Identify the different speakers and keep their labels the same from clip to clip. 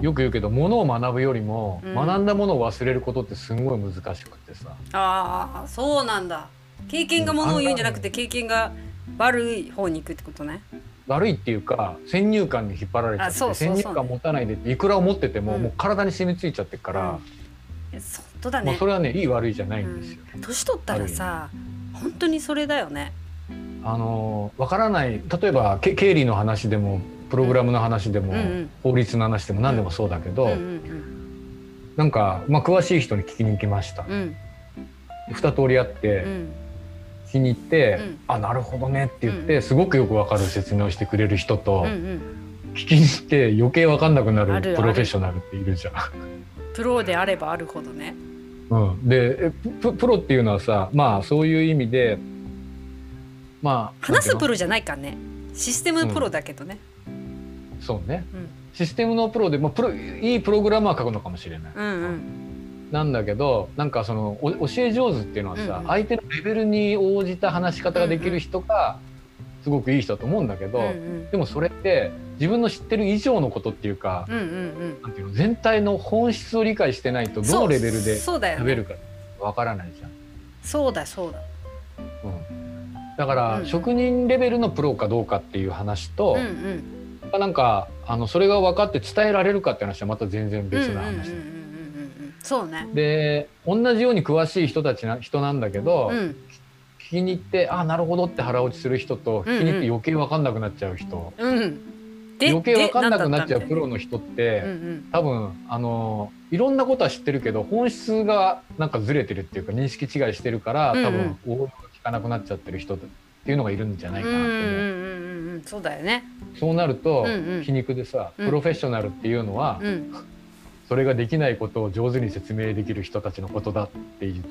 Speaker 1: よく言うけどものを学ぶよりも、
Speaker 2: うん
Speaker 1: 学んだものを忘れることってすんごい難しくてさ
Speaker 2: ああそうなんだ経験がものを言うんじゃなくて経験が悪い方に行くってことね
Speaker 1: 悪いっていうか先入観に引っ張られちゃっ
Speaker 2: あ
Speaker 1: て
Speaker 2: そうそうそう
Speaker 1: 先入観持たないでっていくら思ってても、
Speaker 2: うん
Speaker 1: もう体に染みついちゃってるから、
Speaker 2: うんえそう本当だ
Speaker 1: まあ、
Speaker 2: ね
Speaker 1: それはねいい悪いじゃないんですよ。
Speaker 2: うん年取ったらさ本当にそれだよね
Speaker 1: あのわからない例えばけ経理の話でもプログラムの話でも、
Speaker 2: うんうん
Speaker 1: 法律の話でも何でもそうだけど、
Speaker 2: うんうん
Speaker 1: なんか、まあ、詳しい人に聞きに行きました
Speaker 2: う。ん
Speaker 1: 二通りあって、
Speaker 2: うんうん
Speaker 1: 気に入って、
Speaker 2: うん
Speaker 1: あなるほどねって言って、
Speaker 2: う
Speaker 1: すごくよくわかる説明をしてくれる人と、
Speaker 2: うん
Speaker 1: 聞きに行って余計わかんなくな
Speaker 2: あるあ
Speaker 1: る
Speaker 2: る
Speaker 1: プロフェッショナルっているじゃん。
Speaker 2: うんプロであればあるほどね
Speaker 1: うん、でえププロっていうのはさまあそういう意味でまあ
Speaker 2: 話すプ
Speaker 1: ロ
Speaker 2: ロじゃないからねシステムプロだけどね
Speaker 1: そうね、
Speaker 2: うん
Speaker 1: システムのプロで、まあ、プロいいプログラマー書くのかもしれない。
Speaker 2: うんうん
Speaker 1: なんだけどなんかそのお教え上手っていうのはさ、
Speaker 2: うんうん
Speaker 1: 相手のレベルに応じた話し方ができる人がすごくいい人だと思うんだけど、
Speaker 2: うんうん
Speaker 1: でもそれって自分の知ってる以上のことっていうか、
Speaker 2: うんうん
Speaker 1: なんていうの全体の本質を理解してないと
Speaker 2: うん
Speaker 1: どのレベルで
Speaker 2: そうそうだよ
Speaker 1: 食べ
Speaker 2: ね
Speaker 1: るかわからないじゃん。
Speaker 2: そうだそうだ
Speaker 1: うん、だか
Speaker 2: うん
Speaker 1: ら
Speaker 2: うん
Speaker 1: 職人レベルのプロかどうかっていう話と
Speaker 2: う、んうん
Speaker 1: なんかあのそれが分かって伝えられるかって話はまた全然別な話
Speaker 2: うんうんうんうんうんうんそうね
Speaker 1: で同じように詳しい人たちな人なんだけど、
Speaker 2: うん
Speaker 1: 聞きに行ってあなるほどって腹落ちする人と
Speaker 2: うんう
Speaker 1: 聞
Speaker 2: ん
Speaker 1: きに行って余計分かんなくなっちゃう人、
Speaker 2: うん
Speaker 1: 余計分かんなくなっちゃうプロ
Speaker 2: の
Speaker 1: の人って、
Speaker 2: うんうん
Speaker 1: 多分あのいろんなことは知ってるけど本質がなんかずれてるっていうか認識違いしてるから多分応用が効かなくなっちゃってる人っていうのがいるんじゃないか
Speaker 2: うん
Speaker 1: な
Speaker 2: う
Speaker 1: っ
Speaker 2: ん
Speaker 1: て思う。
Speaker 2: うんうんうんそうだよね
Speaker 1: そうなると
Speaker 2: うんうん
Speaker 1: 皮肉でさ、
Speaker 2: うん
Speaker 1: プロフェッショナルっていうのは、
Speaker 2: うん
Speaker 1: それができないことを上手に説明できる人たちのことだって いう。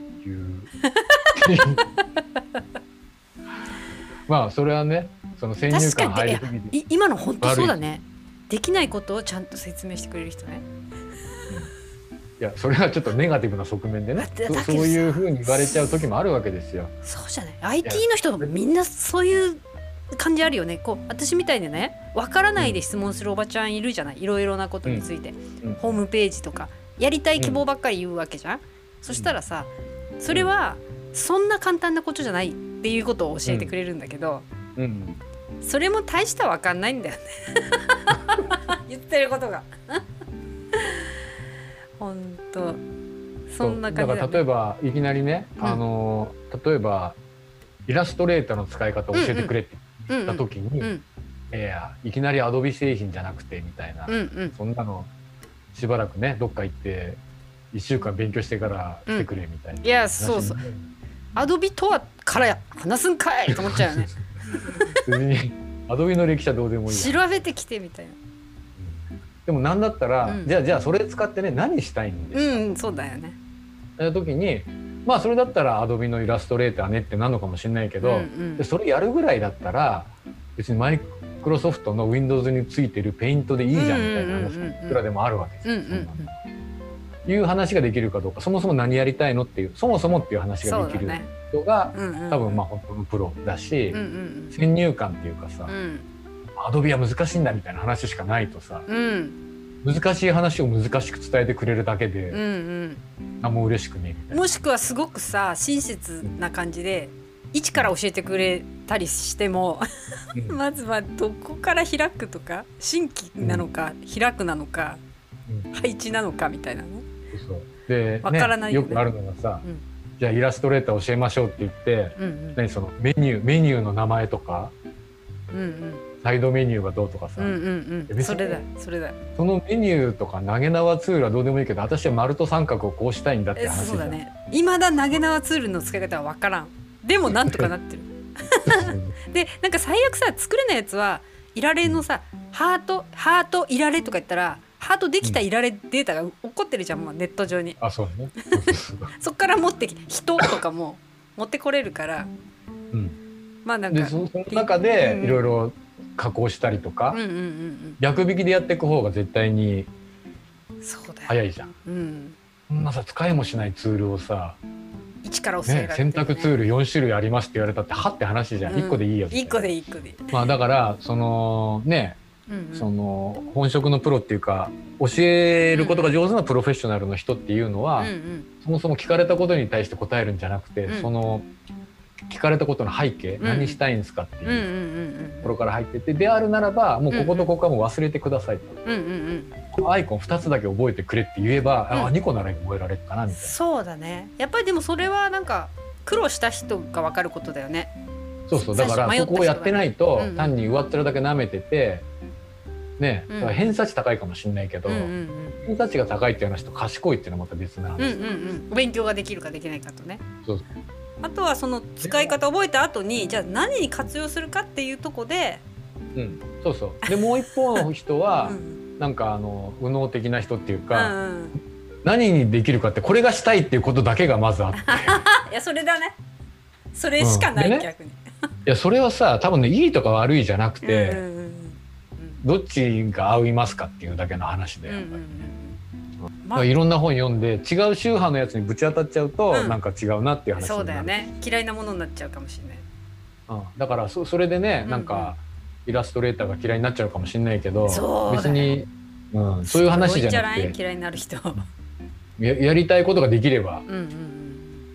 Speaker 1: まあそれはねその先入観
Speaker 2: 確かに
Speaker 1: 入
Speaker 2: い
Speaker 1: り
Speaker 2: や
Speaker 1: すぎて
Speaker 2: い今の本当そうだねできないことをちゃんと説明してくれる人ね
Speaker 1: いやそれはちょっとネガティブな側面で
Speaker 2: だ
Speaker 1: ね
Speaker 2: って
Speaker 1: そ
Speaker 2: だけどさ
Speaker 1: そういうふうに言われちゃう時もあるわけですよ。
Speaker 2: そうじゃない IT の人みんなそういう感じあるよねこう私みたいにねわからないで質問するおばちゃんいるじゃないいろいろなことについて、
Speaker 1: うん
Speaker 2: ホームページとかやりたい希望ばっかり言うわけじゃん、そしたらさそれはそんな簡単なことじゃないっていうことを教えてくれるんだけど、
Speaker 1: うん、
Speaker 2: それも大したわかんないんだよね 言ってることが 本当そんな感じ
Speaker 1: だから例えばいきなりね、
Speaker 2: うん
Speaker 1: あの例えばイラストレーターの使い方を教えてくれって言った時に、
Speaker 2: うんうん
Speaker 1: いやいやいきなりアドビ製品じゃなくてみたいな、
Speaker 2: うんうん
Speaker 1: そんなのしばらくねどっか行って1週間勉強してから来てくれみたいな、
Speaker 2: いやそうそうアドビとはから話すんかいと思っちゃう よね
Speaker 1: 別にアドビの歴史はどうでもいいや
Speaker 2: 調べてきてみたいな
Speaker 1: でもなんだったら、
Speaker 2: うん
Speaker 1: じゃあじゃあそれ使ってね何したいんです
Speaker 2: う
Speaker 1: か、
Speaker 2: んうんそうだよね
Speaker 1: っていう時にまあそれだったらアドビのイラストレーターねってなるのかもしれないけ
Speaker 2: うん
Speaker 1: ど、
Speaker 2: うん
Speaker 1: でそれやるぐらいだったら別にマイクロソフトの Windows についてるペイントでいいじゃんみたいな話
Speaker 2: うんうんうんうん
Speaker 1: がいくらでもあるわけです
Speaker 2: うんう
Speaker 1: よ、
Speaker 2: んうん
Speaker 1: いう話ができるかどうかそもそも何やりたいのっていうそもそもっていう話
Speaker 2: そ
Speaker 1: が
Speaker 2: う
Speaker 1: でき
Speaker 2: だ
Speaker 1: る
Speaker 2: ね
Speaker 1: 人が、
Speaker 2: うんうん
Speaker 1: 多分まあ本当のプロだし、
Speaker 2: うんうん
Speaker 1: 先入観っていうかさ、
Speaker 2: うん
Speaker 1: アドビは難しいんだみたいな話しかないとさ
Speaker 2: うん
Speaker 1: 難しい話を難しく伝えてくれるだけ
Speaker 2: うんう
Speaker 1: で
Speaker 2: ん
Speaker 1: 何も嬉しくねえみたいな。
Speaker 2: もしくはすごくさ親切な感じで一から教えてくれたりしても
Speaker 1: うん
Speaker 2: まずはどこから開くとか新規なのか、開くなのか、
Speaker 1: うん
Speaker 2: 配置なのかみたいなね
Speaker 1: そうで、
Speaker 2: わ
Speaker 1: ね
Speaker 2: からないよ
Speaker 1: よ
Speaker 2: ね
Speaker 1: くあるのがさ、
Speaker 2: うん
Speaker 1: じゃあイラストレーター教えましょうって言って
Speaker 2: うん
Speaker 1: 何そのメニューメニューの名前とか
Speaker 2: うんうん
Speaker 1: サイドメニューがどうとかさ、
Speaker 2: うんうん
Speaker 1: 別
Speaker 2: うん
Speaker 1: に
Speaker 2: それだそれだ
Speaker 1: そのメニューとか投げ縄ツールはどうでもいいけど私は丸と三角をこうしたいんだって
Speaker 2: え
Speaker 1: 話
Speaker 2: そうだ
Speaker 1: だ
Speaker 2: ねいまだ投げ縄ツールの使い方は分からんでもなんとかなって るでなんか最悪さ作れないやつはいられのさハートハートいられとか言ったらハートできたいられデータが起こってるじゃん、もうネット上に
Speaker 1: あそうだね。
Speaker 2: そっから持ってき人とかも持ってこれるから
Speaker 1: うん、
Speaker 2: まあなん
Speaker 1: で
Speaker 2: か
Speaker 1: そその中でいろいろ加工したりとか、
Speaker 2: うんうんうん
Speaker 1: 逆引きでやっていく方が絶対に
Speaker 2: うんそうだよ、
Speaker 1: 早いじゃん。
Speaker 2: うん、
Speaker 1: そんなさ使いもしないツールをさ、
Speaker 2: 一から教えられ
Speaker 1: ね
Speaker 2: て、
Speaker 1: 選択ツー
Speaker 2: ル
Speaker 1: ル4種類ありますって言われたってはって話じゃん、
Speaker 2: うん
Speaker 1: 1個でいいよ
Speaker 2: 一個でいい一個でいい
Speaker 1: まあだからそのね
Speaker 2: うんうん
Speaker 1: その本職のプロっていうか教えることが上手なプロフェッショナルの人っていうのは、
Speaker 2: うんうん
Speaker 1: そもそも聞かれたことに対して答えるんじゃなくて、
Speaker 2: うん
Speaker 1: その聞かれたことの背景、
Speaker 2: ん
Speaker 1: 何したいんですかって
Speaker 2: うんうん
Speaker 1: いうとこ
Speaker 2: うん
Speaker 1: ろから入ってってであるならばもうこことここはもう忘れてくださいと、
Speaker 2: うんうん
Speaker 1: このアイコン2つだけ覚えてくれって言えば、
Speaker 2: うん
Speaker 1: あ2個なら覚えられるかな
Speaker 2: うん
Speaker 1: みたいな
Speaker 2: そうだねやっぱりでもそれはなんか苦労した人がわかることだよね
Speaker 1: そうそう
Speaker 2: 最
Speaker 1: だ
Speaker 2: 初
Speaker 1: から
Speaker 2: 迷っ
Speaker 1: そ
Speaker 2: た人
Speaker 1: こをやってないと、
Speaker 2: うんうん
Speaker 1: 単に上っ面だけ舐めててね
Speaker 2: うん
Speaker 1: だから偏差値高いかもしれないけど、
Speaker 2: うんうん
Speaker 1: 偏差値が高いっていう話と賢いっていうのはまた別な話、
Speaker 2: うんうんうんうんお勉強ができるかできないかとね
Speaker 1: そうそう
Speaker 2: あとはその使い方覚えた後にじゃあ何に活用するかっていうとこで、
Speaker 1: うん、そうそうでもう一方の人
Speaker 2: う
Speaker 1: は、
Speaker 2: ん
Speaker 1: なんかあの右脳的な人っていう
Speaker 2: う
Speaker 1: か、
Speaker 2: んうん、
Speaker 1: 何にできるかってこれがしたいっていうことだけがま ずあってい
Speaker 2: いやそれだねそれしかない、
Speaker 1: うんでね
Speaker 2: 逆に、
Speaker 1: やそれはさ多分ねいいとか悪いじゃなくて、
Speaker 2: うんうんうんうん
Speaker 1: どっちが合いますかっていうだけの話で、
Speaker 2: うんう
Speaker 1: やっ
Speaker 2: ん
Speaker 1: ぱり
Speaker 2: うん
Speaker 1: だからいろんな本読んで違う宗派のやつにぶち当たっちゃうと、
Speaker 2: うん
Speaker 1: なんか違うなっていう話になる
Speaker 2: そうだよ、ね嫌いなものになっちゃうかもしれない
Speaker 1: うん、だからそそれでねなん
Speaker 2: うんうん
Speaker 1: か、イラストレーターが嫌いになっちゃうかもしれないけど
Speaker 2: そうだ
Speaker 1: 別
Speaker 2: よ
Speaker 1: に、うん、そういう話じゃな
Speaker 2: すごい
Speaker 1: く
Speaker 2: ん
Speaker 1: て
Speaker 2: 嫌いになる人 う
Speaker 1: ややりたいことができれば
Speaker 2: んうんうん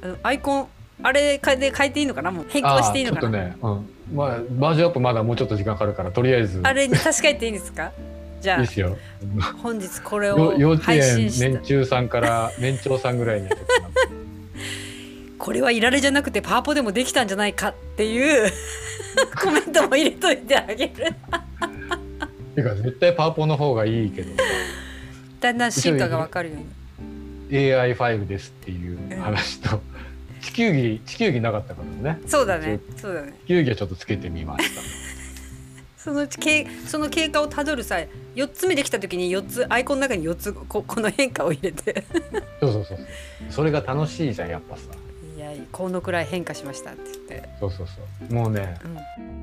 Speaker 2: あのアイコンあれ変えて変えていいのかなもう変更していいの
Speaker 1: あーちょっと
Speaker 2: かなあ,、
Speaker 1: ね、うんまあ、バージョンアップまだもうちょっと時間かかるからとりあえず
Speaker 2: れに差し替えていいんです かじゃ
Speaker 1: いい
Speaker 2: あ
Speaker 1: っすよ。
Speaker 2: 本日これ
Speaker 1: よ幼
Speaker 2: を
Speaker 1: 稚
Speaker 2: 配
Speaker 1: 園
Speaker 2: 信し
Speaker 1: 年
Speaker 2: た
Speaker 1: 中さんから年長さんぐらいに
Speaker 2: これはいられじゃなくてパワポでもできたんじゃないかっていう コメントも入れといてあげる
Speaker 1: てか絶対パワポの方がいいけど
Speaker 2: だんだん進化がわかるように
Speaker 1: AI5 ですっていう話と地球儀地球儀なかったからね
Speaker 2: そうだねそうだね
Speaker 1: 地球儀はちょっとつけてみまし
Speaker 2: そのうちけいその経過をたどる際4つ目できた時に4つアイコンの中に4つここの変化を入れて
Speaker 1: たそうそうそうそうそれが楽しいじゃんやっぱさ
Speaker 2: いやこのくらい変化しましたって言って、
Speaker 1: そうそうそうもうね
Speaker 2: う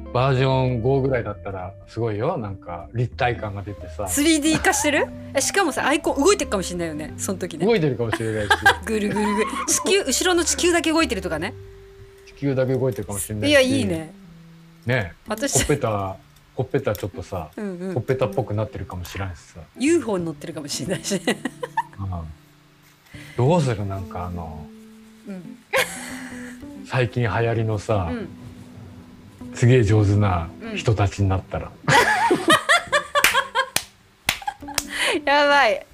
Speaker 2: ん、
Speaker 1: バージョン5ぐらいだったらすごいよなんか立体感が出てさ
Speaker 2: 3D 化してるえしかもさアイコン動いてるかもしれないよねその時ね
Speaker 1: 動いてるかもしれ ないし
Speaker 2: ぐるぐるぐる地球後ろの地球だけ動いてるとかね
Speaker 1: 地球だけ動いてるかもしれないし
Speaker 2: いやいいね
Speaker 1: ねほっ
Speaker 2: 私
Speaker 1: ぺたほっぺたちょっとさ
Speaker 2: うん、う
Speaker 1: ほっ
Speaker 2: ん、
Speaker 1: ぺたっぽくなってるかもしれないしさ
Speaker 2: UFO に乗ってるかもしれないしね、
Speaker 1: うんどうするなんかあの
Speaker 2: うん
Speaker 1: 最近流行りのさ、
Speaker 2: うん、
Speaker 1: すげえ上手な人たちになったら、
Speaker 2: やばい